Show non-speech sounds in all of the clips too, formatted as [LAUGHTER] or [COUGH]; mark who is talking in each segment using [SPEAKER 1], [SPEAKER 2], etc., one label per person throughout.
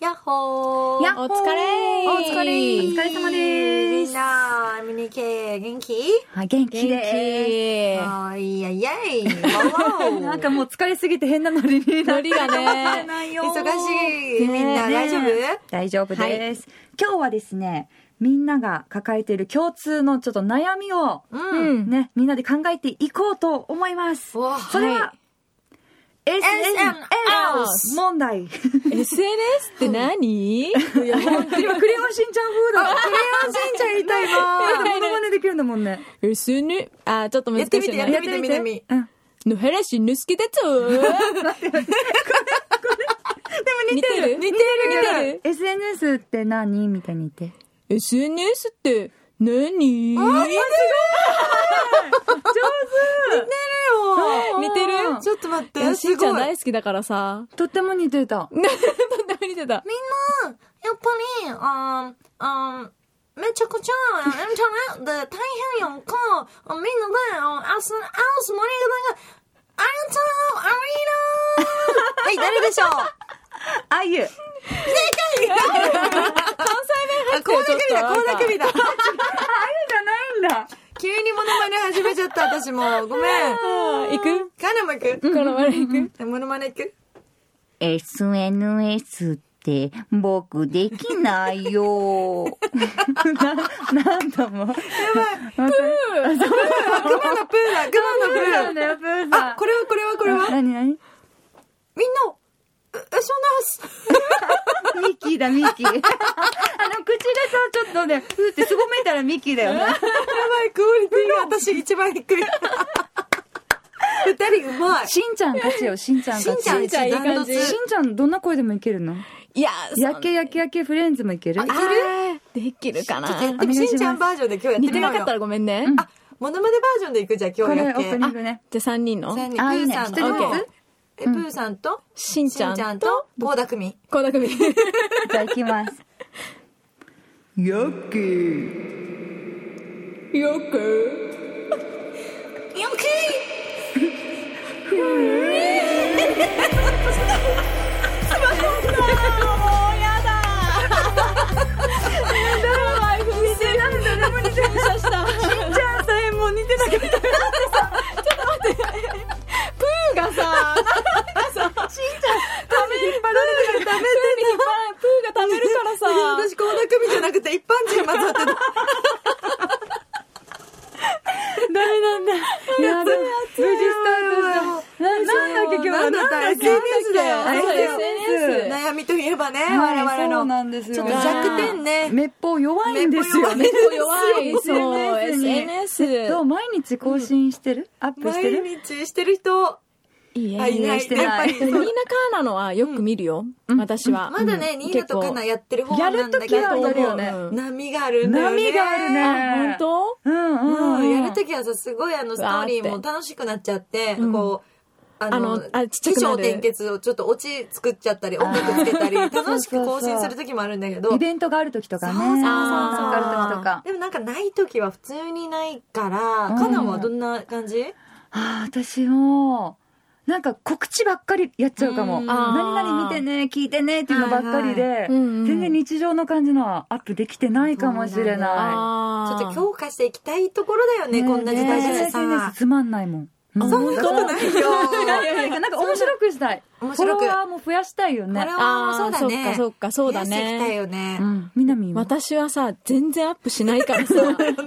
[SPEAKER 1] やっほー
[SPEAKER 2] やっほー
[SPEAKER 3] お疲れ
[SPEAKER 2] お疲れお疲れ様で
[SPEAKER 1] みん
[SPEAKER 2] す。
[SPEAKER 1] な、ミニケー、元気
[SPEAKER 2] あ元
[SPEAKER 3] 元
[SPEAKER 2] 気で
[SPEAKER 1] はーい、イェイイェイワンワ
[SPEAKER 2] す。
[SPEAKER 1] ン
[SPEAKER 2] なんかもう疲れすぎて変なノリに
[SPEAKER 3] 気
[SPEAKER 2] な
[SPEAKER 3] ノ
[SPEAKER 2] って
[SPEAKER 3] リがね。
[SPEAKER 2] ないよ。
[SPEAKER 1] 忙しい。みんな、
[SPEAKER 2] ね
[SPEAKER 1] 大丈夫
[SPEAKER 2] ね大丈夫です。今日はですね、みんなが抱えている共通のちょっと悩みを、
[SPEAKER 1] うん。
[SPEAKER 3] うん。
[SPEAKER 2] ね、みんなで考えていこうと思います。
[SPEAKER 1] うわ
[SPEAKER 2] それは、
[SPEAKER 1] SNS
[SPEAKER 2] SNS 問題。
[SPEAKER 3] SNS って何
[SPEAKER 2] 本当に今クレヨンしんちゃん風だ。クレヨンしんちゃん言いたいな。 [LAUGHS] モノマネできるんだもんね。
[SPEAKER 3] ?SNS? あ、ちょっと難しい
[SPEAKER 1] や
[SPEAKER 3] な
[SPEAKER 1] ってみてやってみて南
[SPEAKER 2] うん。
[SPEAKER 3] 野原しんのすけだと
[SPEAKER 2] でも似てる。
[SPEAKER 3] 似てる
[SPEAKER 2] 似て
[SPEAKER 3] 似て
[SPEAKER 2] る
[SPEAKER 3] る。
[SPEAKER 2] SNS って何みたいに言って。
[SPEAKER 3] SNS って何
[SPEAKER 2] 上手
[SPEAKER 3] 似てる
[SPEAKER 1] ちょっと待っ
[SPEAKER 3] い
[SPEAKER 1] て、
[SPEAKER 3] や
[SPEAKER 1] す
[SPEAKER 3] しんち
[SPEAKER 1] ご
[SPEAKER 3] ゃ
[SPEAKER 1] い。
[SPEAKER 3] ん
[SPEAKER 1] やっ
[SPEAKER 3] 大好きだか
[SPEAKER 1] [LAUGHS]
[SPEAKER 3] らさ。
[SPEAKER 2] とっても似てた。
[SPEAKER 3] とっても似てた。
[SPEAKER 1] ぱり、あーあーめちゃくちゃ、インターネットで大変やんか。みんなで、あす、あす、盛り上がアントアリーナはい、誰でしょう
[SPEAKER 2] あゆ。
[SPEAKER 1] こうだけび
[SPEAKER 3] 関西弁入ってるちょっ
[SPEAKER 1] だ、
[SPEAKER 3] と
[SPEAKER 1] こうだけびだ。
[SPEAKER 2] じゃないんだ。
[SPEAKER 1] 急にモノマネ始めちゃった、私も。ごめん。
[SPEAKER 3] あー行く
[SPEAKER 1] カナも行く
[SPEAKER 3] このまま行く
[SPEAKER 1] モノマネ行く
[SPEAKER 2] SNS って僕できないよ。な、なんだもん。やばい。
[SPEAKER 1] あ、クマのプーだ、クマのプー。
[SPEAKER 2] だよ、プー
[SPEAKER 1] あ、これはこれはこれは。
[SPEAKER 2] 何何
[SPEAKER 1] みんな、え、えそんな、
[SPEAKER 2] ミッキーだ、ミッキー。あの、口がさ、ちょっとね、ふーってすごめいたらミッキーだよね。
[SPEAKER 1] やばい、クオリティが私一番低い。二人うまい。
[SPEAKER 2] しんちゃん勝ちよ、しんちゃん
[SPEAKER 1] し
[SPEAKER 2] 勝
[SPEAKER 1] ん
[SPEAKER 2] ち。
[SPEAKER 1] ちゃん一段
[SPEAKER 3] しんちゃんいい
[SPEAKER 1] 断
[SPEAKER 3] 感
[SPEAKER 1] ト
[SPEAKER 3] じ
[SPEAKER 1] ツ。
[SPEAKER 2] しんちゃんどんな声でもいけるの
[SPEAKER 3] いや、
[SPEAKER 2] やけやけやけフレンズもいける
[SPEAKER 1] あいける
[SPEAKER 3] けできるかな
[SPEAKER 1] ちょっとやっ
[SPEAKER 2] お
[SPEAKER 1] て
[SPEAKER 2] 願いします
[SPEAKER 1] しんちゃんバージョンで今日やって
[SPEAKER 3] 似
[SPEAKER 1] み
[SPEAKER 3] て
[SPEAKER 1] よう
[SPEAKER 3] なかった
[SPEAKER 1] よ。
[SPEAKER 3] らごめんね。
[SPEAKER 1] あ、モノマネバージョンで行くじゃあ今
[SPEAKER 2] こ
[SPEAKER 1] 日
[SPEAKER 2] れ
[SPEAKER 1] やっ
[SPEAKER 2] オ
[SPEAKER 1] け。
[SPEAKER 2] ープニングね。
[SPEAKER 3] じゃあ3人の
[SPEAKER 1] 三人プ
[SPEAKER 2] あいい
[SPEAKER 1] ー
[SPEAKER 2] ね
[SPEAKER 1] さん
[SPEAKER 2] 一人
[SPEAKER 1] と
[SPEAKER 3] ず、
[SPEAKER 1] え、プーさんと、
[SPEAKER 3] しんちゃん
[SPEAKER 1] しんちゃんと、高田組。
[SPEAKER 3] 倖田來未
[SPEAKER 2] じゃあいきます。やっけー。
[SPEAKER 3] よく
[SPEAKER 1] よき
[SPEAKER 3] 似てる誰も似てるしたしんちゃんさえも似てなかったちょっと待ってプーがさなんかさしんちゃん食べ引っ張られてる食べてプーが食べるからさ
[SPEAKER 1] 私高田組じゃなくて一般人混ざってた。
[SPEAKER 2] ダメなんだ。やだ。無事スタートした。な、なんだっけ今日
[SPEAKER 1] な
[SPEAKER 2] は。
[SPEAKER 1] んだった
[SPEAKER 2] っけ
[SPEAKER 1] ?SNS だよ。
[SPEAKER 2] あ
[SPEAKER 3] そう
[SPEAKER 1] そう
[SPEAKER 3] だよ
[SPEAKER 1] だよ
[SPEAKER 3] SNS
[SPEAKER 1] 悩みといえばね、
[SPEAKER 2] はい
[SPEAKER 1] 我
[SPEAKER 2] そう
[SPEAKER 1] 々の。
[SPEAKER 2] なんです
[SPEAKER 1] ちょ
[SPEAKER 2] よ。
[SPEAKER 1] っと弱点ね。
[SPEAKER 2] めっぽう弱いんですよね。
[SPEAKER 3] 結構弱いそう
[SPEAKER 2] SNS
[SPEAKER 3] SNS
[SPEAKER 2] どう毎日更新してるアップして
[SPEAKER 1] 毎
[SPEAKER 2] る
[SPEAKER 1] 日してる人、
[SPEAKER 3] いい
[SPEAKER 1] あいない
[SPEAKER 2] してない
[SPEAKER 1] やっぱり
[SPEAKER 3] ニーナカーナのはよく見るよ、私は、
[SPEAKER 1] まだね、ニーナとかなやってる方なんだけ
[SPEAKER 2] やる時は
[SPEAKER 1] ど、
[SPEAKER 2] やるよね
[SPEAKER 3] うん
[SPEAKER 1] 波があるんだよね。
[SPEAKER 2] 波があるね
[SPEAKER 3] あ本当
[SPEAKER 2] うんうん
[SPEAKER 1] う、
[SPEAKER 2] うんん。
[SPEAKER 1] やるときはさ、すごいあの、ストーリーも楽しくなっちゃって、
[SPEAKER 3] ん
[SPEAKER 1] こう、あの
[SPEAKER 3] あの、あちっちゃ
[SPEAKER 1] 起
[SPEAKER 3] くなる
[SPEAKER 1] 承転結をちょっとオチ作っちゃったり、音楽つけ
[SPEAKER 2] [LAUGHS]
[SPEAKER 1] たり、楽しく更新するときもあるんだけど、
[SPEAKER 2] イベントがある時とかね。
[SPEAKER 1] そうそうそうそう
[SPEAKER 2] ある時とか。
[SPEAKER 1] でもなんかないときは普通にないから、
[SPEAKER 2] ん
[SPEAKER 1] カナンはどんな感じ
[SPEAKER 2] ああ、私も、なんか告知ばっかりやっちゃうか
[SPEAKER 1] う
[SPEAKER 2] も。
[SPEAKER 1] ん
[SPEAKER 2] 何々見てね、聞いてねっていうのばっかりで、
[SPEAKER 3] うんうん
[SPEAKER 2] 全然日常の感じのはアップできてないかもしれな
[SPEAKER 1] ちょ
[SPEAKER 3] あ
[SPEAKER 1] っ
[SPEAKER 3] ー
[SPEAKER 1] と強化していきたいところだよ
[SPEAKER 2] い。
[SPEAKER 1] ね、こんな時代
[SPEAKER 2] ね
[SPEAKER 1] で
[SPEAKER 2] 全然 SNS
[SPEAKER 1] さ。
[SPEAKER 2] つまんないもん。うん
[SPEAKER 1] そんなことないよ。
[SPEAKER 2] なんかなんか面白くしたい。フ
[SPEAKER 1] 面
[SPEAKER 2] ォ
[SPEAKER 1] 白
[SPEAKER 2] ロ
[SPEAKER 1] く
[SPEAKER 2] ワーも増やしたいよ
[SPEAKER 1] [LAUGHS] こ
[SPEAKER 2] ね
[SPEAKER 1] れ。
[SPEAKER 3] あ
[SPEAKER 1] は
[SPEAKER 3] ー
[SPEAKER 1] そうだね。
[SPEAKER 3] そっかそっかそうだね
[SPEAKER 1] 増やしていきたいよね
[SPEAKER 2] う。ん。みなみんは
[SPEAKER 3] 私はさ全然アップしないから
[SPEAKER 1] [LAUGHS]
[SPEAKER 3] さあのフォロ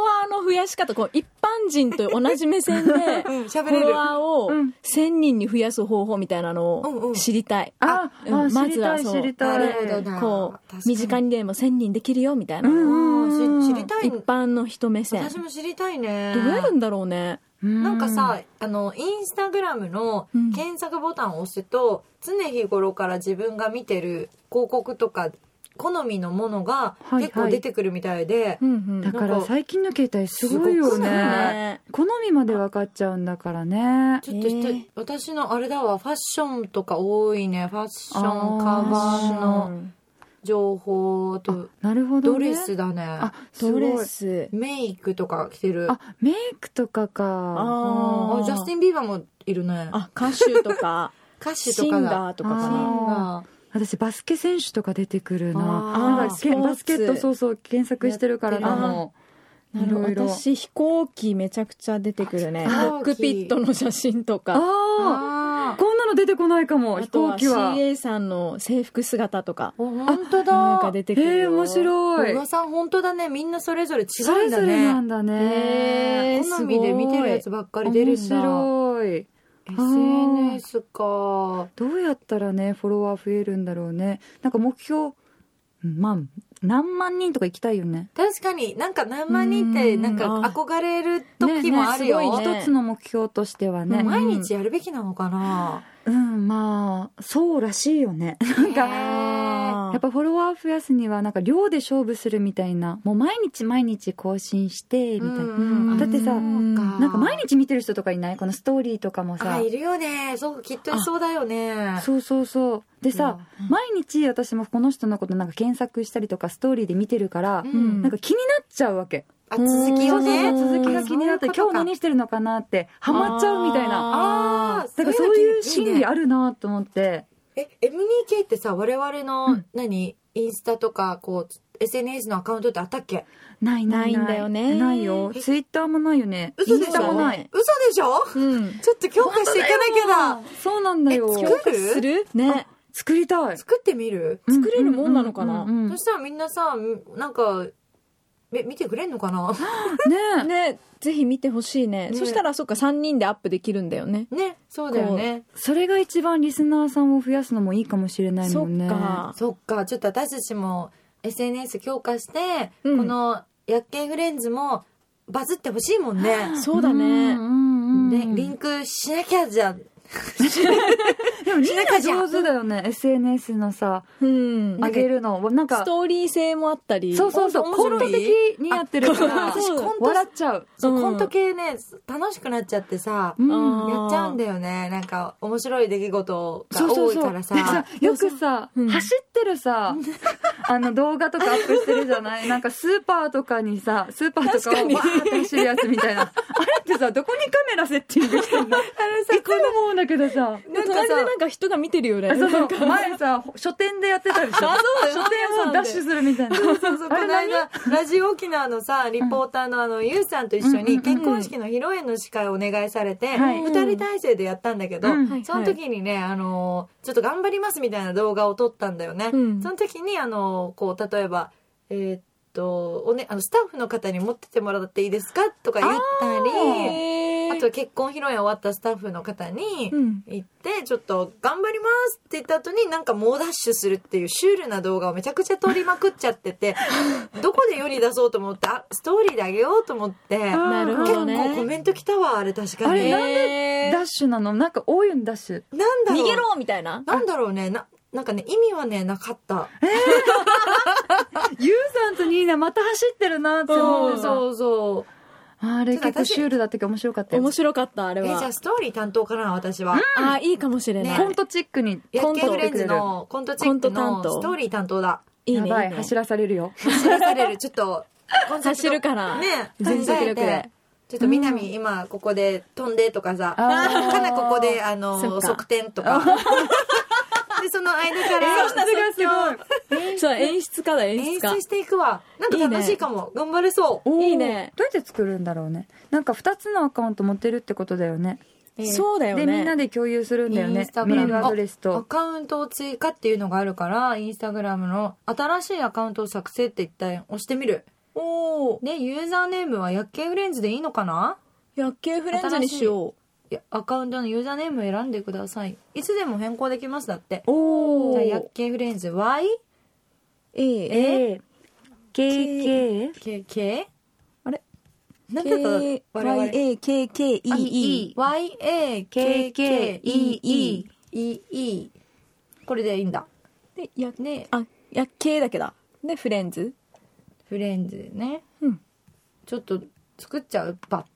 [SPEAKER 3] ワーの増やし方こう一般人と同じ目
[SPEAKER 1] [LAUGHS]
[SPEAKER 3] 線でフ
[SPEAKER 1] うん、喋れ
[SPEAKER 3] ォ
[SPEAKER 1] る
[SPEAKER 3] ロ。ワーを
[SPEAKER 2] うん
[SPEAKER 3] 1000人に増やす方法みたいなの
[SPEAKER 1] うんうん
[SPEAKER 3] を知りたい、
[SPEAKER 2] あ、
[SPEAKER 3] うん
[SPEAKER 2] あ
[SPEAKER 3] ま
[SPEAKER 2] 知り
[SPEAKER 3] ず
[SPEAKER 2] た、
[SPEAKER 3] はいそう
[SPEAKER 2] 知りた。
[SPEAKER 1] ないるほどな。
[SPEAKER 3] こ
[SPEAKER 1] 確か
[SPEAKER 3] う身近にでも1000人できるよみたいな、
[SPEAKER 2] うん
[SPEAKER 1] うんし知りたい
[SPEAKER 3] 一。般の人目線
[SPEAKER 1] 私も知りたいね。
[SPEAKER 3] どうやるんだろうね
[SPEAKER 2] うん
[SPEAKER 1] なんか、さ、あの、インスタグラムの
[SPEAKER 3] うん
[SPEAKER 1] 検索ボタンを押すと、常日頃から自分が見てる広告とか、好みのものが
[SPEAKER 2] はい
[SPEAKER 1] 結構出てくるみたいで
[SPEAKER 3] う、ん
[SPEAKER 2] だから最近の携帯すごいよ
[SPEAKER 1] すごく
[SPEAKER 2] ね。
[SPEAKER 3] ね
[SPEAKER 2] 好みまで分かっちゃうんだからね。
[SPEAKER 1] ちょっとひと
[SPEAKER 3] えー
[SPEAKER 1] 私のあれだわ、ファッションとか多いね。ファッション、カバンの情報と、
[SPEAKER 2] なるほど、
[SPEAKER 1] ド
[SPEAKER 2] ね。
[SPEAKER 1] レスだね。
[SPEAKER 2] あ、す
[SPEAKER 3] ド
[SPEAKER 2] ごい
[SPEAKER 3] レス
[SPEAKER 1] メイクとか着てる。
[SPEAKER 2] あ、メイクとかか。
[SPEAKER 3] あ
[SPEAKER 1] あ
[SPEAKER 3] ー
[SPEAKER 1] ジャスティン・ビーバーもいるね。
[SPEAKER 3] あ歌手とか
[SPEAKER 1] 歌手
[SPEAKER 3] シ
[SPEAKER 1] とか
[SPEAKER 3] ン
[SPEAKER 1] だ。
[SPEAKER 3] ガーとかか
[SPEAKER 2] あ
[SPEAKER 3] な
[SPEAKER 2] ー私バスケ選手とか出てくる
[SPEAKER 3] あー
[SPEAKER 2] ななんかけんバスケットそうそう検索してるからなもう
[SPEAKER 3] ないるほ
[SPEAKER 2] ろい
[SPEAKER 3] ど
[SPEAKER 2] ろ
[SPEAKER 3] 私飛行機めちゃくちゃ出てくるねコ
[SPEAKER 2] あ
[SPEAKER 3] ックピットの写真とか
[SPEAKER 2] あ
[SPEAKER 1] あ
[SPEAKER 2] あこんなの出てこないかも
[SPEAKER 3] あ
[SPEAKER 2] 飛
[SPEAKER 3] と
[SPEAKER 2] 行
[SPEAKER 3] は
[SPEAKER 2] 機は
[SPEAKER 3] CA さんの制服姿とか
[SPEAKER 1] ー本当
[SPEAKER 3] な
[SPEAKER 1] だ
[SPEAKER 3] んか出てくる
[SPEAKER 2] えー、
[SPEAKER 3] よ
[SPEAKER 2] 面白い
[SPEAKER 1] 小川さん本当だねみんなそれぞれ違
[SPEAKER 2] そ
[SPEAKER 1] うん
[SPEAKER 2] れ
[SPEAKER 1] だ
[SPEAKER 2] ぞれな
[SPEAKER 1] ね
[SPEAKER 2] んだね、
[SPEAKER 3] へー
[SPEAKER 1] 好みで見てるやつばっかり出るんだ
[SPEAKER 2] 面白い
[SPEAKER 1] SNS か
[SPEAKER 2] どうやったらねフォロワー増えるんだろうねなんか目標万何万人とか行きたいよね
[SPEAKER 1] 確かになんか何万人ってなんか
[SPEAKER 3] うん
[SPEAKER 1] 憧れる時もある
[SPEAKER 2] ねね
[SPEAKER 1] よ、
[SPEAKER 2] すごい一つの目標としてはね、
[SPEAKER 3] うん
[SPEAKER 1] 毎日やるべきなのかな、
[SPEAKER 2] うんまあそうらしいよねなんか
[SPEAKER 1] か
[SPEAKER 2] やっぱフォロワー増やすにはなんか量で勝負するみたいなもう毎日毎日更新してみたいな、
[SPEAKER 1] うん
[SPEAKER 2] だってさ
[SPEAKER 3] うん
[SPEAKER 2] なんか毎日見てる人とかいないこのストーリーとかも
[SPEAKER 1] あ
[SPEAKER 2] さ
[SPEAKER 1] いるよねそうきっといそうだよね
[SPEAKER 2] そうそうそうでさ、
[SPEAKER 3] うん
[SPEAKER 2] 毎日私もこの人のことなんか検索したりとかストーリーで見てるから、
[SPEAKER 1] うん
[SPEAKER 2] なんか気になっちゃうわけ、
[SPEAKER 1] あ続きをね
[SPEAKER 2] そうそうそう続きが気になって
[SPEAKER 1] そういうこと
[SPEAKER 2] 今
[SPEAKER 1] か
[SPEAKER 2] 日何してるのかなってハマっちゃうみたいな
[SPEAKER 1] ああ
[SPEAKER 2] だからそういう心理
[SPEAKER 1] あ
[SPEAKER 2] あるなと思って
[SPEAKER 1] え M2K ってさ我々の、
[SPEAKER 2] うん
[SPEAKER 1] 何インスタとかこう SNS のアカウントってあったっけ
[SPEAKER 2] ないない
[SPEAKER 3] ないんだよね
[SPEAKER 2] ないよツイッターもないよねイ
[SPEAKER 1] 嘘
[SPEAKER 2] ン
[SPEAKER 1] でしょ
[SPEAKER 2] スタもない
[SPEAKER 1] 嘘でしょ
[SPEAKER 3] うん
[SPEAKER 1] ちょっと強化していかなきゃだ
[SPEAKER 2] そうなんだよ
[SPEAKER 1] え
[SPEAKER 3] 強化するね
[SPEAKER 2] 作りたい
[SPEAKER 1] 作ってみる、
[SPEAKER 3] 作れるもんなのかな
[SPEAKER 2] うんうんうんうん
[SPEAKER 1] そしたらみんなさなんかめ見てくれんのかな
[SPEAKER 2] ね
[SPEAKER 3] ねぜひ見てほしいね
[SPEAKER 1] ね
[SPEAKER 3] そしたらそっか3人でアップできるんだよね
[SPEAKER 1] ねそうだよね
[SPEAKER 2] それが一番リスナーさんを増やすのもいいかもしれない
[SPEAKER 3] そ
[SPEAKER 2] も
[SPEAKER 3] っ
[SPEAKER 2] んね
[SPEAKER 3] か
[SPEAKER 1] そっかちょっと私たちも SNS 強化して、
[SPEAKER 3] うん
[SPEAKER 1] この「薬研フレンズ」もバズってほしいもんね
[SPEAKER 3] そうだね
[SPEAKER 2] んうんう
[SPEAKER 1] ね
[SPEAKER 2] ん
[SPEAKER 1] リンクしなきゃじゃ
[SPEAKER 2] でもみん
[SPEAKER 1] なきゃ
[SPEAKER 2] な
[SPEAKER 1] じゃん
[SPEAKER 2] 上手だよね SNS のさ
[SPEAKER 3] うん
[SPEAKER 2] 上げるのなん
[SPEAKER 3] ス
[SPEAKER 2] か
[SPEAKER 3] トーリー性もあったり
[SPEAKER 2] そうそうそう
[SPEAKER 1] 面
[SPEAKER 2] コ
[SPEAKER 1] 白
[SPEAKER 2] ン
[SPEAKER 1] い
[SPEAKER 2] ト的にやってるか
[SPEAKER 3] あ
[SPEAKER 2] ら
[SPEAKER 3] そう
[SPEAKER 1] 私コント
[SPEAKER 2] 笑っちゃう
[SPEAKER 1] そう
[SPEAKER 3] うん
[SPEAKER 1] コント系ね楽しくなっちゃってさ、
[SPEAKER 2] うん
[SPEAKER 3] あー
[SPEAKER 1] やっちゃうんだよねなんか面白い出来事が
[SPEAKER 2] そうそう
[SPEAKER 1] 多い
[SPEAKER 2] そう
[SPEAKER 1] からさ
[SPEAKER 2] で [LAUGHS] よくさ、
[SPEAKER 3] うん
[SPEAKER 2] 走ってる
[SPEAKER 3] [LAUGHS]
[SPEAKER 2] さあの動画とかアップしてるじゃないなんかスーパーとかにさスーパーとかを
[SPEAKER 3] 確かに
[SPEAKER 2] バーって走るやつみたい
[SPEAKER 3] [LAUGHS]
[SPEAKER 2] なあれってさどこにカメラセッティングしてんのいつも思うんだけどさ
[SPEAKER 3] で隣でなんか人が見てるよね
[SPEAKER 2] あそう
[SPEAKER 3] な
[SPEAKER 2] そ
[SPEAKER 3] んか
[SPEAKER 2] う前さ書店でやってたでしょ書
[SPEAKER 3] そうだよ
[SPEAKER 2] 店をダッシュするみたいな
[SPEAKER 1] そうそうこ
[SPEAKER 2] あ
[SPEAKER 1] の
[SPEAKER 2] れ
[SPEAKER 1] 間ラジオ沖縄のさリポーターのあのゆうさんと一緒
[SPEAKER 2] うんうんう
[SPEAKER 1] に
[SPEAKER 2] ん
[SPEAKER 1] 結婚式の披露宴の司会をお願いされて
[SPEAKER 2] はい
[SPEAKER 1] 二人体制でやったんだけど
[SPEAKER 2] うん
[SPEAKER 3] はい
[SPEAKER 1] その時にねあのちょっと頑張りますみたいな動画を撮ったんだよね
[SPEAKER 3] うん
[SPEAKER 1] その時にあのこう例えばえーっとおねあのスタッフの方に持ってってもらっていいですかとか言ったり
[SPEAKER 3] へ
[SPEAKER 1] あ
[SPEAKER 3] ー
[SPEAKER 1] と結婚披露宴終わったスタッフの方に
[SPEAKER 3] うん
[SPEAKER 1] 行ってちょっと頑張りますって言った後になんか猛ダッシュするっていうシュールな動画をめちゃくちゃ撮りまくっちゃって
[SPEAKER 3] [LAUGHS]
[SPEAKER 1] てどこで世に出そうと思ってあストーリーであげようと思って
[SPEAKER 2] あ
[SPEAKER 3] なるほ
[SPEAKER 1] 結
[SPEAKER 3] ど
[SPEAKER 1] 構
[SPEAKER 3] ね
[SPEAKER 1] コメント来たわあれ確
[SPEAKER 2] あ
[SPEAKER 1] かに
[SPEAKER 2] れ
[SPEAKER 1] な
[SPEAKER 2] なん
[SPEAKER 3] へー
[SPEAKER 2] ダッシュなのなんか多いんダッシュ
[SPEAKER 1] んだろう
[SPEAKER 3] 逃げろみたいな
[SPEAKER 1] なんだろうねななんかね意味はねなかった
[SPEAKER 2] ゆうさんとニーナまた走ってるなって思う
[SPEAKER 1] そうそう
[SPEAKER 2] あれ結構シュールだったけど面白かったよ
[SPEAKER 3] 面白かったあれ
[SPEAKER 1] えじゃ
[SPEAKER 3] は
[SPEAKER 1] あストーリー担当かな私は、
[SPEAKER 3] あーいいかもしれな
[SPEAKER 1] ね
[SPEAKER 2] コ
[SPEAKER 3] い
[SPEAKER 2] ントチックに
[SPEAKER 1] ヤ
[SPEAKER 3] コ
[SPEAKER 1] ッ
[SPEAKER 3] ン
[SPEAKER 1] ケ
[SPEAKER 3] ト
[SPEAKER 1] ンフレンズのコントチック
[SPEAKER 3] コント担
[SPEAKER 1] の
[SPEAKER 3] 当
[SPEAKER 1] ストーリー担当だ
[SPEAKER 3] いい
[SPEAKER 2] や
[SPEAKER 3] ね
[SPEAKER 2] ばい
[SPEAKER 3] いいね
[SPEAKER 2] 走らされるよ
[SPEAKER 1] 走らされるちょっとコンセプト
[SPEAKER 3] 走るから
[SPEAKER 1] ね
[SPEAKER 3] 全速力
[SPEAKER 1] 考えて
[SPEAKER 3] で
[SPEAKER 1] ちょっと南、今ここで飛んでとかさ
[SPEAKER 2] あー
[SPEAKER 1] かなここであ
[SPEAKER 3] そ
[SPEAKER 1] の
[SPEAKER 3] っか
[SPEAKER 1] 側転とか [LAUGHS] でその間から
[SPEAKER 2] すごい
[SPEAKER 3] そう演出家だ演
[SPEAKER 1] 演
[SPEAKER 3] 出家
[SPEAKER 1] 出していくわなんか楽しいかも頑張れそう
[SPEAKER 2] おー
[SPEAKER 3] いいね
[SPEAKER 2] どうやって作るんだろうねなんか2つのアカウント持ってるってことだよね
[SPEAKER 3] そうだよね
[SPEAKER 2] でみんなで共有するんだよ
[SPEAKER 1] イン
[SPEAKER 2] ね
[SPEAKER 1] スタグ
[SPEAKER 2] メ
[SPEAKER 1] ラ
[SPEAKER 2] ー
[SPEAKER 1] ム
[SPEAKER 2] ルアドレス
[SPEAKER 1] ア
[SPEAKER 2] と
[SPEAKER 1] カウントを追加っていうのがあるからインスタグラムの新しいアカウントを作成って一体押してみる
[SPEAKER 3] おお
[SPEAKER 1] でユーザーネームは薬系フレンズでいいのかな
[SPEAKER 3] 薬系フレンズにしよ
[SPEAKER 1] いやアカウントのユーザーネームを選んでくださいいつでも変更できますだって
[SPEAKER 3] うお
[SPEAKER 1] じゃあ
[SPEAKER 3] ー
[SPEAKER 1] 薬系フレンズ Y?
[SPEAKER 3] いい
[SPEAKER 2] A KK
[SPEAKER 1] K K
[SPEAKER 3] あれ
[SPEAKER 1] なんだった我
[SPEAKER 3] K
[SPEAKER 1] 々
[SPEAKER 3] Y A K K E E
[SPEAKER 1] Y A K K E E E E これでいいんだ
[SPEAKER 3] でや
[SPEAKER 1] ね
[SPEAKER 3] あ薬系だけだでフレンズ
[SPEAKER 1] フレンズね
[SPEAKER 3] うん
[SPEAKER 1] ちょっと作っちゃうば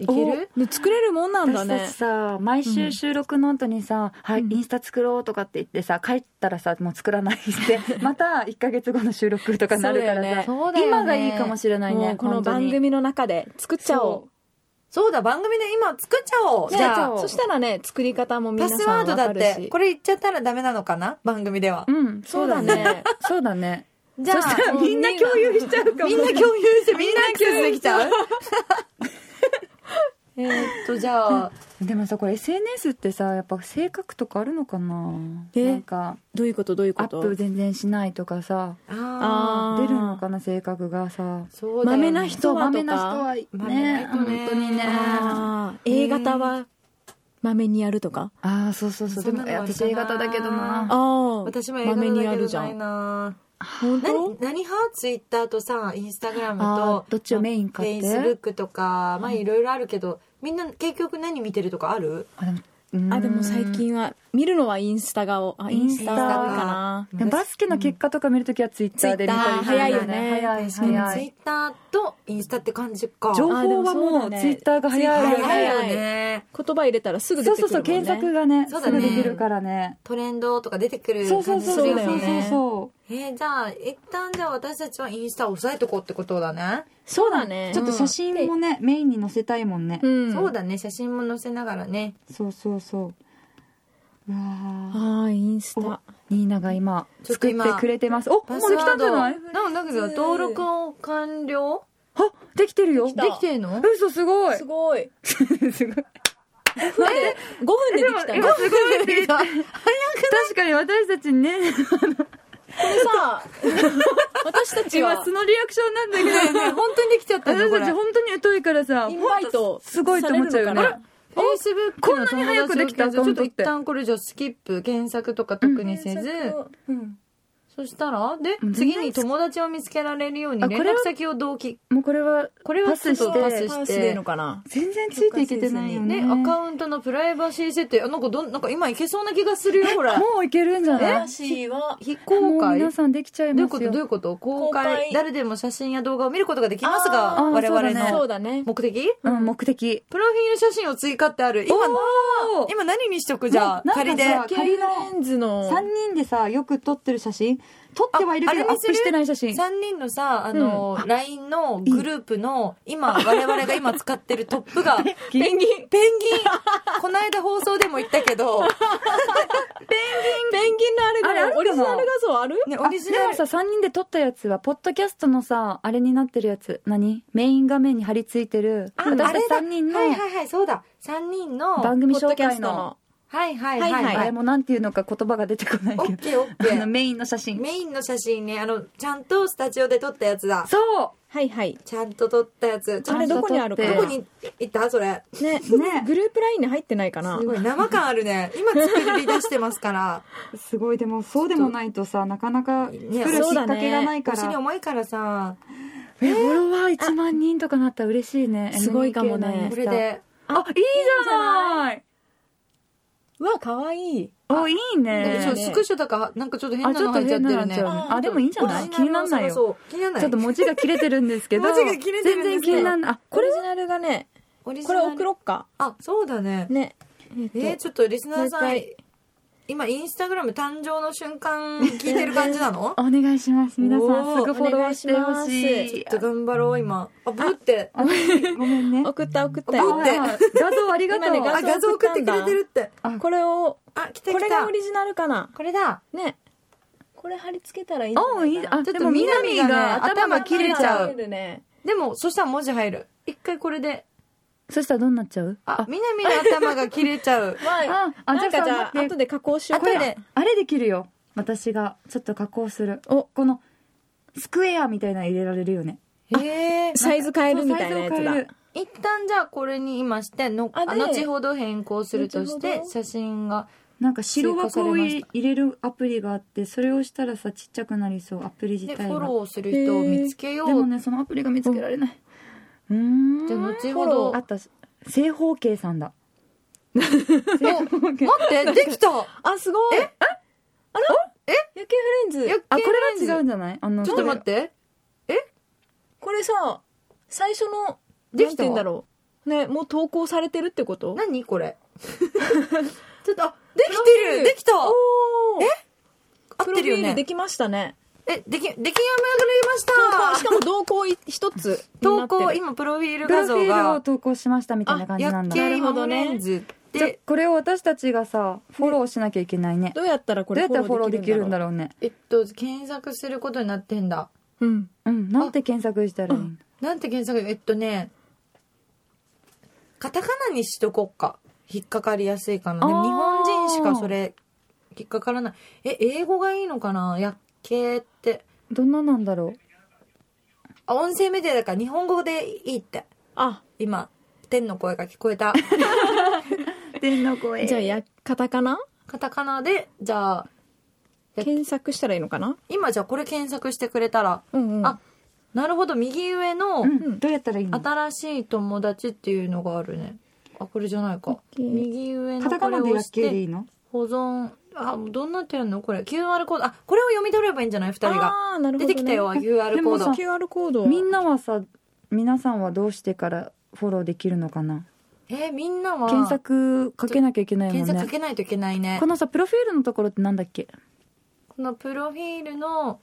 [SPEAKER 1] いける
[SPEAKER 3] お作れるもんなんだ
[SPEAKER 2] 私た
[SPEAKER 3] ね
[SPEAKER 2] ちさ毎週収録の後にさ「はい
[SPEAKER 3] うん
[SPEAKER 2] インスタ作ろう」とかって言ってさ帰ったらさもう作らないって
[SPEAKER 3] [LAUGHS]
[SPEAKER 2] また1ヶ月後の収録とかなるか
[SPEAKER 3] そうだよ
[SPEAKER 2] ら
[SPEAKER 3] ね
[SPEAKER 2] さ
[SPEAKER 1] そうだよね
[SPEAKER 2] 今がいいかもしれない
[SPEAKER 3] も
[SPEAKER 2] ね
[SPEAKER 3] うこの
[SPEAKER 2] 本当に
[SPEAKER 3] 番組の中で作っちゃおう
[SPEAKER 1] そうだ、番組で今作っちゃおう。
[SPEAKER 3] ね
[SPEAKER 1] じゃあ、
[SPEAKER 3] そしたらね、作り方も
[SPEAKER 1] パ
[SPEAKER 3] 皆さ
[SPEAKER 1] ス
[SPEAKER 3] ん
[SPEAKER 1] ワ
[SPEAKER 3] わ
[SPEAKER 1] ードだ
[SPEAKER 3] か
[SPEAKER 1] っ
[SPEAKER 3] る
[SPEAKER 1] て、
[SPEAKER 3] し
[SPEAKER 1] こ。れ言っちゃったらダメなのかな番組では。
[SPEAKER 2] うん、
[SPEAKER 3] そうだ。ね。
[SPEAKER 2] [LAUGHS] そうだね。
[SPEAKER 1] じゃあ、
[SPEAKER 3] うんみんな共有しちゃうか
[SPEAKER 1] みんな共有して、みんなアクセスできちゃう [LAUGHS] えーっと、じゃあ、
[SPEAKER 2] でもさ、これ SNS ってさ、やっぱ性格とかあるのかなな
[SPEAKER 3] え
[SPEAKER 2] んか、
[SPEAKER 3] どういうことどういう
[SPEAKER 2] ア
[SPEAKER 3] こ
[SPEAKER 2] ッ
[SPEAKER 3] と
[SPEAKER 2] プ全然しないとかさ、
[SPEAKER 1] あ
[SPEAKER 3] あー
[SPEAKER 2] 出るのかな、性格がさ。
[SPEAKER 1] ー、そうだよね。
[SPEAKER 3] 豆な人はとか
[SPEAKER 2] 豆な人はね、
[SPEAKER 1] 豆な人
[SPEAKER 2] 本
[SPEAKER 1] ね
[SPEAKER 2] 当にね。あ
[SPEAKER 3] あー A 型はまめにやるとか
[SPEAKER 2] あー、そうそうそう。
[SPEAKER 1] そ
[SPEAKER 2] で
[SPEAKER 1] んなの
[SPEAKER 2] も、いや
[SPEAKER 1] は
[SPEAKER 2] 私 A 型だけど
[SPEAKER 1] 知ら
[SPEAKER 2] な
[SPEAKER 1] な。
[SPEAKER 3] あ
[SPEAKER 1] 私も映
[SPEAKER 3] ま
[SPEAKER 1] 画
[SPEAKER 3] めに
[SPEAKER 1] だ
[SPEAKER 3] や
[SPEAKER 1] け
[SPEAKER 3] る
[SPEAKER 1] じ
[SPEAKER 3] じ
[SPEAKER 1] ゃ
[SPEAKER 3] ゃ
[SPEAKER 1] ない
[SPEAKER 3] ん
[SPEAKER 1] な。
[SPEAKER 3] 本
[SPEAKER 1] な
[SPEAKER 3] 当
[SPEAKER 1] 何派ツイッターとさ、インスタグラム
[SPEAKER 2] あ
[SPEAKER 1] と
[SPEAKER 2] ー、どっちをメイン
[SPEAKER 1] フ
[SPEAKER 2] か
[SPEAKER 1] ェ
[SPEAKER 2] っ
[SPEAKER 1] イスブッ
[SPEAKER 2] て。
[SPEAKER 1] クとか、まあいろいろあるけど、みんな結局何見てるとかある
[SPEAKER 2] あでもうーん
[SPEAKER 3] あでも最近は見るのはインスタが多あインスタが多いかな
[SPEAKER 2] でもバスケの結果とか見るときはツイッターで見たりす
[SPEAKER 1] ツイッター
[SPEAKER 2] る
[SPEAKER 1] 早いよ
[SPEAKER 3] ね
[SPEAKER 2] 早い
[SPEAKER 1] 確かに
[SPEAKER 2] 早
[SPEAKER 1] ツイ
[SPEAKER 2] い
[SPEAKER 1] ッターとインスタって感じか。
[SPEAKER 2] 情
[SPEAKER 3] あで
[SPEAKER 2] 報
[SPEAKER 3] も
[SPEAKER 2] は
[SPEAKER 3] そう
[SPEAKER 2] も
[SPEAKER 3] だ
[SPEAKER 2] う
[SPEAKER 3] ね
[SPEAKER 2] ツイッターが早いよ
[SPEAKER 1] 早い
[SPEAKER 2] ね
[SPEAKER 1] よね。
[SPEAKER 3] 言葉入れたらすぐ出
[SPEAKER 2] そう
[SPEAKER 3] てく
[SPEAKER 2] そう
[SPEAKER 3] る
[SPEAKER 2] そ
[SPEAKER 3] も
[SPEAKER 2] うん
[SPEAKER 3] ね
[SPEAKER 2] 検索がね
[SPEAKER 1] そう
[SPEAKER 2] す
[SPEAKER 1] だね
[SPEAKER 2] ぐできるからね
[SPEAKER 1] トレンドとか出てくる
[SPEAKER 2] そうそ
[SPEAKER 1] 感
[SPEAKER 2] う
[SPEAKER 1] じ
[SPEAKER 2] そう
[SPEAKER 1] する
[SPEAKER 2] そ
[SPEAKER 1] よ
[SPEAKER 2] う
[SPEAKER 1] ね。
[SPEAKER 2] そうそうそ
[SPEAKER 1] えーじゃあ、一旦じゃあ私たちはインスタを押さえとこうってことだね。
[SPEAKER 3] そうだね
[SPEAKER 2] うちょっと写真もねメインに載せたいもんね
[SPEAKER 3] うん
[SPEAKER 1] そうだね、写真も載せながらね。
[SPEAKER 2] そうそうそううわ
[SPEAKER 3] あーインス
[SPEAKER 2] ー
[SPEAKER 3] タ
[SPEAKER 2] おニーナが今
[SPEAKER 1] ちょっと
[SPEAKER 2] 作っ
[SPEAKER 1] 今
[SPEAKER 2] てくれてますおもうできたんじゃない
[SPEAKER 1] なんだけど、登録を完了
[SPEAKER 2] あできてるよ
[SPEAKER 3] できた
[SPEAKER 1] できてるの
[SPEAKER 2] 嘘すごい
[SPEAKER 3] すごい
[SPEAKER 2] [LAUGHS] すごい
[SPEAKER 3] 5分で5分でできた
[SPEAKER 2] でも
[SPEAKER 3] の
[SPEAKER 2] 今すごいって
[SPEAKER 1] [LAUGHS]
[SPEAKER 2] 言った確かに私たちね
[SPEAKER 3] これさ私たち
[SPEAKER 2] 今
[SPEAKER 3] は
[SPEAKER 2] 素のリアクションなんだけど
[SPEAKER 1] 本当にできちゃったんだ
[SPEAKER 2] 私
[SPEAKER 1] こ
[SPEAKER 2] た
[SPEAKER 1] れ
[SPEAKER 2] ち。本当に疎いからさ
[SPEAKER 3] インバイト
[SPEAKER 2] すごいと思っちゃうよね
[SPEAKER 3] されるのかな
[SPEAKER 1] フェイスブックの友達
[SPEAKER 2] こんなに早くできた
[SPEAKER 1] を検索ちょっと
[SPEAKER 2] アカウントって
[SPEAKER 1] 一旦これじゃあスキップ、検索とか特にせず、
[SPEAKER 3] うん
[SPEAKER 1] そしたら、で
[SPEAKER 2] う、ん
[SPEAKER 1] 次に友達を見つけられるように
[SPEAKER 2] あ
[SPEAKER 1] 連
[SPEAKER 2] これは
[SPEAKER 1] 絡先を同期。
[SPEAKER 2] もうこれは
[SPEAKER 1] これは
[SPEAKER 2] パス
[SPEAKER 1] ちょっと
[SPEAKER 2] し
[SPEAKER 1] パス
[SPEAKER 2] て
[SPEAKER 3] パースでいいのかな
[SPEAKER 2] 全然ついていけてないよ
[SPEAKER 1] ね、
[SPEAKER 2] ね
[SPEAKER 1] アカウントのプライバシー設定、あなんかどん、なんか今いけそうな気がするよ、ほら。
[SPEAKER 2] もういけるんじゃない
[SPEAKER 3] 私は
[SPEAKER 1] 非
[SPEAKER 2] も
[SPEAKER 1] 公
[SPEAKER 2] う
[SPEAKER 1] 開
[SPEAKER 2] 皆
[SPEAKER 1] ど
[SPEAKER 2] さんできちゃいう
[SPEAKER 1] いう
[SPEAKER 2] ま
[SPEAKER 1] こと
[SPEAKER 2] す
[SPEAKER 1] どうい
[SPEAKER 2] よ
[SPEAKER 1] うこと公開
[SPEAKER 3] 公開
[SPEAKER 1] 誰でも写真や動画を見ることができますが、
[SPEAKER 3] あ
[SPEAKER 2] ー
[SPEAKER 1] 我々
[SPEAKER 2] ね
[SPEAKER 3] そ
[SPEAKER 1] の
[SPEAKER 3] うだね
[SPEAKER 1] 目的
[SPEAKER 2] うん目的
[SPEAKER 1] プロフィール写真を追加ってある。今、
[SPEAKER 2] おー
[SPEAKER 1] 今何にしとくじゃあ、
[SPEAKER 2] な
[SPEAKER 1] 仮で。
[SPEAKER 2] なんかさ
[SPEAKER 3] 仮のレンズの
[SPEAKER 2] 3人でさよく撮ってる写真撮ってはいるけど
[SPEAKER 1] ああれ
[SPEAKER 2] ア
[SPEAKER 1] に
[SPEAKER 2] ッ
[SPEAKER 1] する
[SPEAKER 2] プしてない写真
[SPEAKER 1] 3人のさ、あの、LINE のグループの、今、我々が今使ってるトップ
[SPEAKER 2] [LAUGHS]
[SPEAKER 1] が、ペンギン。
[SPEAKER 3] ペンギン
[SPEAKER 1] この間放送でも言ったけど、
[SPEAKER 3] ペンギンのあれ
[SPEAKER 2] あれある
[SPEAKER 3] で
[SPEAKER 2] か
[SPEAKER 3] も
[SPEAKER 2] な
[SPEAKER 3] オリジナル画像ある
[SPEAKER 1] ね、オ
[SPEAKER 2] あ
[SPEAKER 1] リ
[SPEAKER 2] で
[SPEAKER 1] ジナル
[SPEAKER 2] もさ3人で撮ったやつはポッドキャストのさあれになってるやつ何メイン画面に貼り付いてる
[SPEAKER 1] あ
[SPEAKER 2] 私
[SPEAKER 1] あれだ
[SPEAKER 2] たち3人の
[SPEAKER 1] はいはいはい、そうだ。3人の、
[SPEAKER 2] 番組紹
[SPEAKER 3] ポッドキャ
[SPEAKER 2] 介
[SPEAKER 3] ストの
[SPEAKER 2] の
[SPEAKER 1] はいはいはい、
[SPEAKER 3] はい
[SPEAKER 1] は
[SPEAKER 3] はい
[SPEAKER 2] あれもなんていうのか言葉が出てこない
[SPEAKER 1] オ
[SPEAKER 2] け
[SPEAKER 1] ッ
[SPEAKER 2] ど
[SPEAKER 1] ケーオッケ
[SPEAKER 2] [LAUGHS] あの
[SPEAKER 1] ー。
[SPEAKER 2] メインの写真
[SPEAKER 1] メインの写真ね、あの、ちゃんとスタジオで撮ったやつだ。
[SPEAKER 2] そう
[SPEAKER 3] はいはい
[SPEAKER 1] ちゃんと撮ったやつ。ちょ
[SPEAKER 3] あれどこにあるかな
[SPEAKER 1] どこに行ったそれ。
[SPEAKER 2] ね
[SPEAKER 3] ねグループラインに入ってないか
[SPEAKER 1] [LAUGHS]
[SPEAKER 3] な
[SPEAKER 1] すごい、生感あるね。今作り出してますから。
[SPEAKER 2] すごいでもそうでもないとさなかなか作るき
[SPEAKER 1] ね
[SPEAKER 2] っかけがないか
[SPEAKER 1] 腰に
[SPEAKER 2] ら、
[SPEAKER 1] 重いからさ、
[SPEAKER 2] えフォロワー1万人とかなったら嬉しいね
[SPEAKER 3] すごいかもね
[SPEAKER 2] NHK
[SPEAKER 1] こ
[SPEAKER 2] の
[SPEAKER 1] れで。
[SPEAKER 2] あいいじゃない
[SPEAKER 3] うんうわ可愛い
[SPEAKER 2] おいいね
[SPEAKER 3] ね
[SPEAKER 1] そうスクショだから、なんかちょっと変
[SPEAKER 2] あ
[SPEAKER 1] な
[SPEAKER 2] ちょ
[SPEAKER 1] の
[SPEAKER 2] っと
[SPEAKER 1] 入っちゃっ
[SPEAKER 2] 変
[SPEAKER 1] て
[SPEAKER 2] な
[SPEAKER 1] る
[SPEAKER 2] の
[SPEAKER 1] ね。
[SPEAKER 2] ちゃうねあでもいいんじゃない気にならないよ。
[SPEAKER 1] 気にならない。
[SPEAKER 2] ちょっと文字が切れてるんですけど
[SPEAKER 1] 文字が切れてるんです
[SPEAKER 2] 全然
[SPEAKER 1] けど
[SPEAKER 2] 気にならないあ
[SPEAKER 3] オリジナルがね
[SPEAKER 1] オリジ
[SPEAKER 3] こ
[SPEAKER 1] ナ
[SPEAKER 3] れ
[SPEAKER 1] ル
[SPEAKER 3] 送ろっか
[SPEAKER 1] あ、そうだね。
[SPEAKER 3] ね
[SPEAKER 1] えー、ちょっとリスナーさ
[SPEAKER 3] もうん一回、
[SPEAKER 1] 今インスタグラム誕生の瞬間聞いてる感じなの
[SPEAKER 2] お願いします皆さん
[SPEAKER 1] おー
[SPEAKER 2] すぐフォローしてほしい
[SPEAKER 1] ちょっと頑張ろう、今。あ、ブーって。
[SPEAKER 2] あごめ [LAUGHS] んね
[SPEAKER 3] 送った送った
[SPEAKER 1] 送
[SPEAKER 3] よ
[SPEAKER 1] っ
[SPEAKER 2] あ
[SPEAKER 1] て
[SPEAKER 2] 画像ありがとう、
[SPEAKER 3] 今ね
[SPEAKER 1] あ、画像送ってくれてるって。
[SPEAKER 2] あ
[SPEAKER 3] これを
[SPEAKER 1] あ、来た
[SPEAKER 3] こ
[SPEAKER 1] 来
[SPEAKER 3] れが
[SPEAKER 1] た
[SPEAKER 3] オ。リジナルかな
[SPEAKER 1] これだ。
[SPEAKER 3] ねこれ貼り付けたらいいんじゃ
[SPEAKER 2] おーいい
[SPEAKER 3] ないかな
[SPEAKER 2] あ
[SPEAKER 1] ちょっ
[SPEAKER 2] で
[SPEAKER 1] と
[SPEAKER 2] も
[SPEAKER 1] 南
[SPEAKER 2] 南
[SPEAKER 1] がね
[SPEAKER 2] が
[SPEAKER 1] 頭
[SPEAKER 2] 頭
[SPEAKER 1] 切
[SPEAKER 2] 切
[SPEAKER 1] れ
[SPEAKER 2] れ
[SPEAKER 1] ち
[SPEAKER 2] ち
[SPEAKER 1] ゃ
[SPEAKER 2] ゃ
[SPEAKER 1] う
[SPEAKER 2] う
[SPEAKER 3] 見えるね
[SPEAKER 1] でも、そしたら文字入る。一回これで。
[SPEAKER 2] そしたらどうなっちゃう
[SPEAKER 1] あ、南の頭が切れちゃう。
[SPEAKER 3] まあ
[SPEAKER 2] ああ
[SPEAKER 3] なん
[SPEAKER 2] じゃ
[SPEAKER 3] か
[SPEAKER 2] あ
[SPEAKER 3] じゃあ
[SPEAKER 2] 待って
[SPEAKER 3] 後で加工しよう
[SPEAKER 2] こ
[SPEAKER 3] か
[SPEAKER 2] れであれできるよ私がちょっと加工する
[SPEAKER 3] お
[SPEAKER 2] このスクエアみたいなの入れられるよね
[SPEAKER 1] [LAUGHS] へえ。
[SPEAKER 3] サイズ変えるみたいなや
[SPEAKER 2] そう
[SPEAKER 3] つ
[SPEAKER 2] サイズを
[SPEAKER 3] だ
[SPEAKER 2] 変える
[SPEAKER 1] 一旦じゃあこれに今しての
[SPEAKER 3] あで
[SPEAKER 1] 後ほど変更するとして
[SPEAKER 3] 後ほど
[SPEAKER 1] 写真が
[SPEAKER 2] なんか白枠
[SPEAKER 1] 追
[SPEAKER 2] を
[SPEAKER 1] 加されまし
[SPEAKER 2] 入れるアプリがあってそれをしたらさちっちゃくなりそうアプリ自
[SPEAKER 1] で
[SPEAKER 2] 体
[SPEAKER 1] フ
[SPEAKER 2] が
[SPEAKER 1] ォローする人を見つけよ
[SPEAKER 2] でも
[SPEAKER 1] う、
[SPEAKER 2] ねそのアプリが見つけられないうーん
[SPEAKER 1] じゃあ後ほ
[SPEAKER 3] フォ
[SPEAKER 1] ど
[SPEAKER 3] ロ
[SPEAKER 1] あ
[SPEAKER 2] あった正方形さんだ
[SPEAKER 1] [LAUGHS] 待ってできた
[SPEAKER 3] あすごいえあらえ夜景フレンズ
[SPEAKER 1] 夜景
[SPEAKER 2] あこ
[SPEAKER 1] レンズ
[SPEAKER 2] れは違うんじゃないあの
[SPEAKER 1] ちょっと待って
[SPEAKER 3] これさ最初の
[SPEAKER 1] でき
[SPEAKER 3] でき
[SPEAKER 1] た
[SPEAKER 3] てんだろうねもう投稿されてるってこと
[SPEAKER 1] 何こ
[SPEAKER 2] [LAUGHS]
[SPEAKER 1] れちょっとあできてるできた合
[SPEAKER 3] おお
[SPEAKER 1] ってるよ
[SPEAKER 3] プロフィール
[SPEAKER 1] ね
[SPEAKER 3] できましたね
[SPEAKER 1] え、でき、できやめがま
[SPEAKER 3] し
[SPEAKER 1] した
[SPEAKER 3] かも動向一つ
[SPEAKER 1] 投稿、
[SPEAKER 3] 今
[SPEAKER 1] 今、プロフィール
[SPEAKER 2] プ
[SPEAKER 1] 画
[SPEAKER 2] ロフ
[SPEAKER 1] 像
[SPEAKER 2] ィール
[SPEAKER 1] が
[SPEAKER 2] を、投稿しましたみたいな
[SPEAKER 1] あ、
[SPEAKER 2] 感じな
[SPEAKER 1] や
[SPEAKER 2] ん
[SPEAKER 1] っ
[SPEAKER 2] だ
[SPEAKER 1] け
[SPEAKER 3] なる
[SPEAKER 1] 今
[SPEAKER 3] ほ
[SPEAKER 1] の
[SPEAKER 3] どね
[SPEAKER 1] レンズっ
[SPEAKER 2] じゃあ
[SPEAKER 1] て、
[SPEAKER 2] これを私たちがさフォローしなきゃいけないねど
[SPEAKER 3] どうやったらこ
[SPEAKER 2] うや
[SPEAKER 3] れ
[SPEAKER 2] ったらフォローできるんだろうね
[SPEAKER 1] えっと、検索することになってんだ。
[SPEAKER 3] ううん
[SPEAKER 2] うんなんて検索したらいいの
[SPEAKER 1] なんて検索えっとね、カタカナにしとこっか。引っかかりやすいかな。
[SPEAKER 2] あ
[SPEAKER 1] 日
[SPEAKER 2] ー
[SPEAKER 1] 本人しかそれ、引っかからない。え、英語がいいのかなやっけーって。
[SPEAKER 2] どんななんだろ
[SPEAKER 1] あ、音声メディアだから日本語でいいって。
[SPEAKER 3] あ
[SPEAKER 1] 今、天の声が聞こえた。
[SPEAKER 2] う [LAUGHS] 天の声
[SPEAKER 3] じゃあやカタカナ
[SPEAKER 1] カタカナで、じゃあ、
[SPEAKER 3] 検索したらいいのかな
[SPEAKER 1] 今じゃあこれ検索してくれたら、
[SPEAKER 3] うんうん
[SPEAKER 1] あ、なるほど、右上の
[SPEAKER 2] う、んどうやったらいいの
[SPEAKER 1] 新しい友達っていうのがあるね。あ、これじゃないか。
[SPEAKER 3] OK
[SPEAKER 1] 右上
[SPEAKER 2] カ
[SPEAKER 1] の
[SPEAKER 2] タ
[SPEAKER 1] こ
[SPEAKER 2] カ
[SPEAKER 1] れ
[SPEAKER 2] ナでや
[SPEAKER 1] を
[SPEAKER 2] っ
[SPEAKER 1] し
[SPEAKER 2] けでい
[SPEAKER 1] て、
[SPEAKER 2] いの
[SPEAKER 1] 保存、あ、どんなってやるのこれ。QR コード。あ、これを読み取ればいいんじゃない二人が。
[SPEAKER 3] あーなるほ
[SPEAKER 1] 出て
[SPEAKER 3] どね
[SPEAKER 1] きたよ、
[SPEAKER 2] あ
[SPEAKER 1] QR
[SPEAKER 2] で
[SPEAKER 1] コー
[SPEAKER 2] も
[SPEAKER 1] ド
[SPEAKER 2] さ。
[SPEAKER 3] QR コード
[SPEAKER 2] みんなはさ皆さんはどうしてからフォローできるのかな
[SPEAKER 1] えー、みんなは、
[SPEAKER 2] 検索かけなきゃいけないもん
[SPEAKER 1] 検索かけ
[SPEAKER 2] ね
[SPEAKER 1] ないといけないね
[SPEAKER 2] こ。のさプロフィールのところってなんだっけ
[SPEAKER 1] このプロフィールの、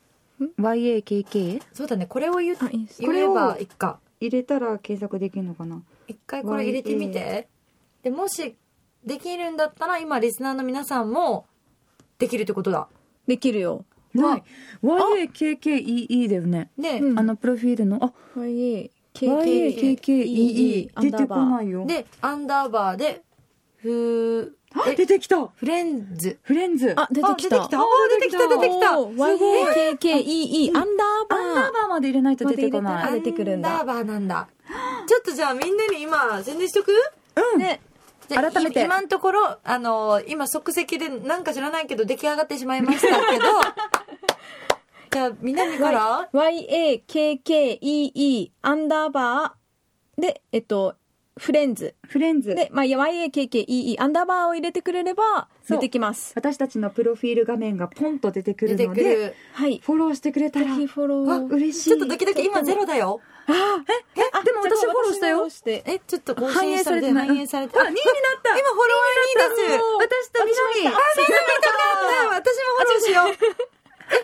[SPEAKER 2] YAKK
[SPEAKER 1] そうだね、これを言う
[SPEAKER 3] あいいです
[SPEAKER 1] 言えばいいか。
[SPEAKER 2] 入れたら検索できるのかな
[SPEAKER 1] 一回これ入れてみて。で、もし、できるんだったら、今、リスナーの皆さんも、できるってことだ。
[SPEAKER 3] できるよ
[SPEAKER 2] ない YAKKEE だよね
[SPEAKER 1] で、
[SPEAKER 3] うん
[SPEAKER 2] あのプロフィールのあ YAKKEE
[SPEAKER 3] YAKKEE
[SPEAKER 2] 出てこないよ
[SPEAKER 1] で、アンダーバーで、ふ
[SPEAKER 2] あ
[SPEAKER 1] え
[SPEAKER 2] 出てきた
[SPEAKER 1] フレンズ。
[SPEAKER 2] フレンズ
[SPEAKER 3] あ出てきた
[SPEAKER 2] あ出てきた出てきた
[SPEAKER 3] おー YAKKEE アンダーバ
[SPEAKER 2] アンダー
[SPEAKER 3] ー
[SPEAKER 2] バーまで入れないと出てこ
[SPEAKER 3] まあ
[SPEAKER 2] ない
[SPEAKER 3] で出てくるんだ
[SPEAKER 1] アンダーバーなんだ。ちょっとじゃあみんなに今宣伝しとく
[SPEAKER 3] ね
[SPEAKER 1] じゃあ
[SPEAKER 2] 改めて
[SPEAKER 1] い今のところ、あのー今即席でなんか知らないけど出来上がってしまいましたけど、じゃあみんなにから
[SPEAKER 3] YAKKEE アンダーバーでえっとフレンズ
[SPEAKER 2] フレンズ
[SPEAKER 3] で、まあ、YAKKEE アンダーバーを入れてくれれば
[SPEAKER 2] そう
[SPEAKER 3] 出てきます
[SPEAKER 2] 私たちのプロフィール画面がポンと出てく
[SPEAKER 1] 出
[SPEAKER 2] る
[SPEAKER 1] て
[SPEAKER 2] の
[SPEAKER 1] く
[SPEAKER 2] で
[SPEAKER 1] る。
[SPEAKER 3] はい
[SPEAKER 2] フォローしてくれた
[SPEAKER 3] ぜ
[SPEAKER 2] ら
[SPEAKER 3] ひフォロ
[SPEAKER 1] あ
[SPEAKER 3] ーを
[SPEAKER 2] 嬉しい
[SPEAKER 1] ちょっとドキドキ、今ゼロだよ。
[SPEAKER 2] えでも私フォローしたよ
[SPEAKER 3] して
[SPEAKER 1] え、ちょっと更新されて、
[SPEAKER 2] 反
[SPEAKER 1] 反
[SPEAKER 2] 映
[SPEAKER 1] 映
[SPEAKER 2] さ
[SPEAKER 1] さ
[SPEAKER 2] れ
[SPEAKER 1] れ
[SPEAKER 2] て
[SPEAKER 1] て。
[SPEAKER 2] な
[SPEAKER 1] あ今
[SPEAKER 2] いあ
[SPEAKER 1] フ
[SPEAKER 2] 二
[SPEAKER 1] ォロ
[SPEAKER 2] に
[SPEAKER 1] ワー2です。
[SPEAKER 2] 私とみなみ
[SPEAKER 1] あ私もフォローしよう。え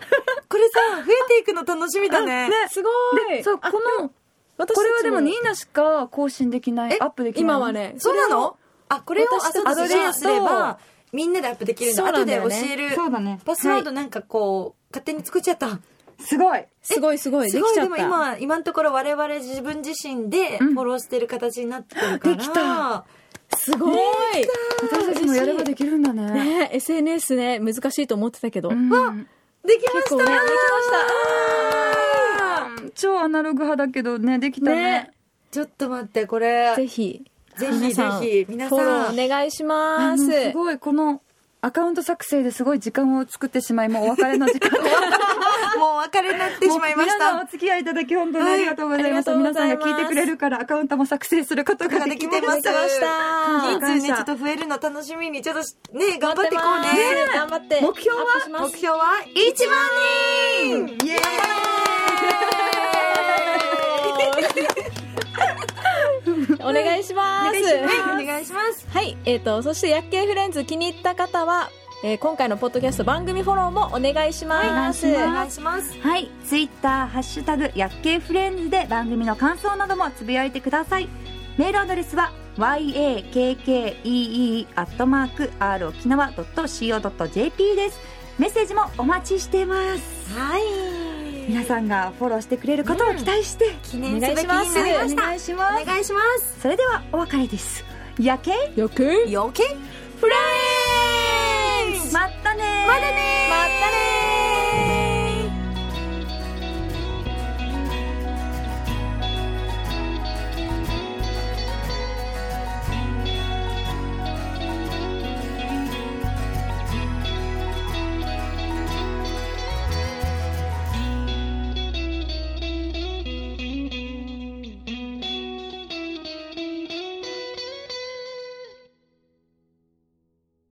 [SPEAKER 1] これさ、増えていくの楽しみだね。
[SPEAKER 3] すごい
[SPEAKER 2] そうこ
[SPEAKER 3] あ
[SPEAKER 2] の
[SPEAKER 3] 私たち
[SPEAKER 2] これはでもニーナしか更新できない
[SPEAKER 1] え
[SPEAKER 2] アップできない
[SPEAKER 3] 今はね
[SPEAKER 1] そうなのあ、これを
[SPEAKER 3] 私たち
[SPEAKER 1] 後でシェアすれば、みんなでアップできるんだ。
[SPEAKER 3] そうな
[SPEAKER 1] 後
[SPEAKER 3] んだ
[SPEAKER 1] で
[SPEAKER 3] よ
[SPEAKER 1] 教
[SPEAKER 3] ね
[SPEAKER 1] える。
[SPEAKER 2] そうだね
[SPEAKER 1] パスワードなんかこう、勝手に作っちゃった。
[SPEAKER 2] すごい
[SPEAKER 3] すごいすごい
[SPEAKER 1] す
[SPEAKER 3] で
[SPEAKER 1] ご
[SPEAKER 3] き
[SPEAKER 1] い、
[SPEAKER 3] ちゃ
[SPEAKER 1] で
[SPEAKER 3] っ
[SPEAKER 1] も
[SPEAKER 3] た
[SPEAKER 1] 今、今のところ我々自分自身でフォローしてる形になってるから。
[SPEAKER 2] できた
[SPEAKER 3] すごい
[SPEAKER 2] 私たちもやればできるんだね
[SPEAKER 3] ね SNS ね難しいと思ってたけど
[SPEAKER 2] うん
[SPEAKER 1] できまし
[SPEAKER 3] 結
[SPEAKER 1] た
[SPEAKER 3] 構ねできま
[SPEAKER 2] 超アナログ派だけどねでき
[SPEAKER 3] した
[SPEAKER 2] た
[SPEAKER 3] ね
[SPEAKER 2] ね
[SPEAKER 1] ちょっと待って、こ
[SPEAKER 3] ね
[SPEAKER 1] れ。
[SPEAKER 3] ぜ
[SPEAKER 1] ぜ
[SPEAKER 3] ひ
[SPEAKER 1] ひぜひ、皆
[SPEAKER 3] 皆
[SPEAKER 1] さ
[SPEAKER 3] さんフォ
[SPEAKER 1] ん。
[SPEAKER 3] ローお願いし
[SPEAKER 2] あ
[SPEAKER 3] ま
[SPEAKER 2] の
[SPEAKER 3] す
[SPEAKER 2] すごいこのアカウント作成ですごい時間を作ってしまいもうお別れの時間
[SPEAKER 1] [LAUGHS] もうお別れになってしまいまし
[SPEAKER 2] 皆さん
[SPEAKER 1] た
[SPEAKER 2] お。付き合いいただき本当にありがとうございます、
[SPEAKER 3] はいありが
[SPEAKER 2] 皆
[SPEAKER 3] とう
[SPEAKER 2] さ
[SPEAKER 3] ござ
[SPEAKER 2] ん
[SPEAKER 3] い
[SPEAKER 2] が
[SPEAKER 3] ます
[SPEAKER 2] 聞いてくれるからアカウントも作成することがで
[SPEAKER 1] で
[SPEAKER 2] き
[SPEAKER 1] きて
[SPEAKER 2] まし
[SPEAKER 1] ます。
[SPEAKER 2] た
[SPEAKER 1] 人数ね、ちょっと増えるの楽しみに、ちょっとね、頑張っていこう
[SPEAKER 3] 待って
[SPEAKER 1] ね
[SPEAKER 3] ま。す頑張って
[SPEAKER 2] 目標は
[SPEAKER 3] アップしま
[SPEAKER 1] 目
[SPEAKER 3] す
[SPEAKER 1] 標は1万人
[SPEAKER 2] イエーイ
[SPEAKER 3] お願いしま
[SPEAKER 1] は
[SPEAKER 3] す。
[SPEAKER 1] いお願いします。
[SPEAKER 3] はい、えっ、と、そして、薬系フレンズ気に入った方は、えー今回のポッドキャスト番組フォローもお願いします。
[SPEAKER 2] お
[SPEAKER 1] お
[SPEAKER 2] 願
[SPEAKER 1] 願いします。
[SPEAKER 2] はい、ツイッター、ハッシュタグ、薬系フレンズで番組の感想などもつぶやいてください。メールアドレスは yakkee.r 沖縄 .co.jp です。メッセージもお待ちしています。
[SPEAKER 1] はい
[SPEAKER 2] 皆さんがフォローしてくれることを期待して、
[SPEAKER 1] 記念すべきになりま
[SPEAKER 3] お
[SPEAKER 1] した。
[SPEAKER 3] 願
[SPEAKER 1] いします。お願いします。
[SPEAKER 2] それではお別れです。夜景
[SPEAKER 3] よく
[SPEAKER 1] 余計フレンズ
[SPEAKER 2] まったねー
[SPEAKER 1] まだねー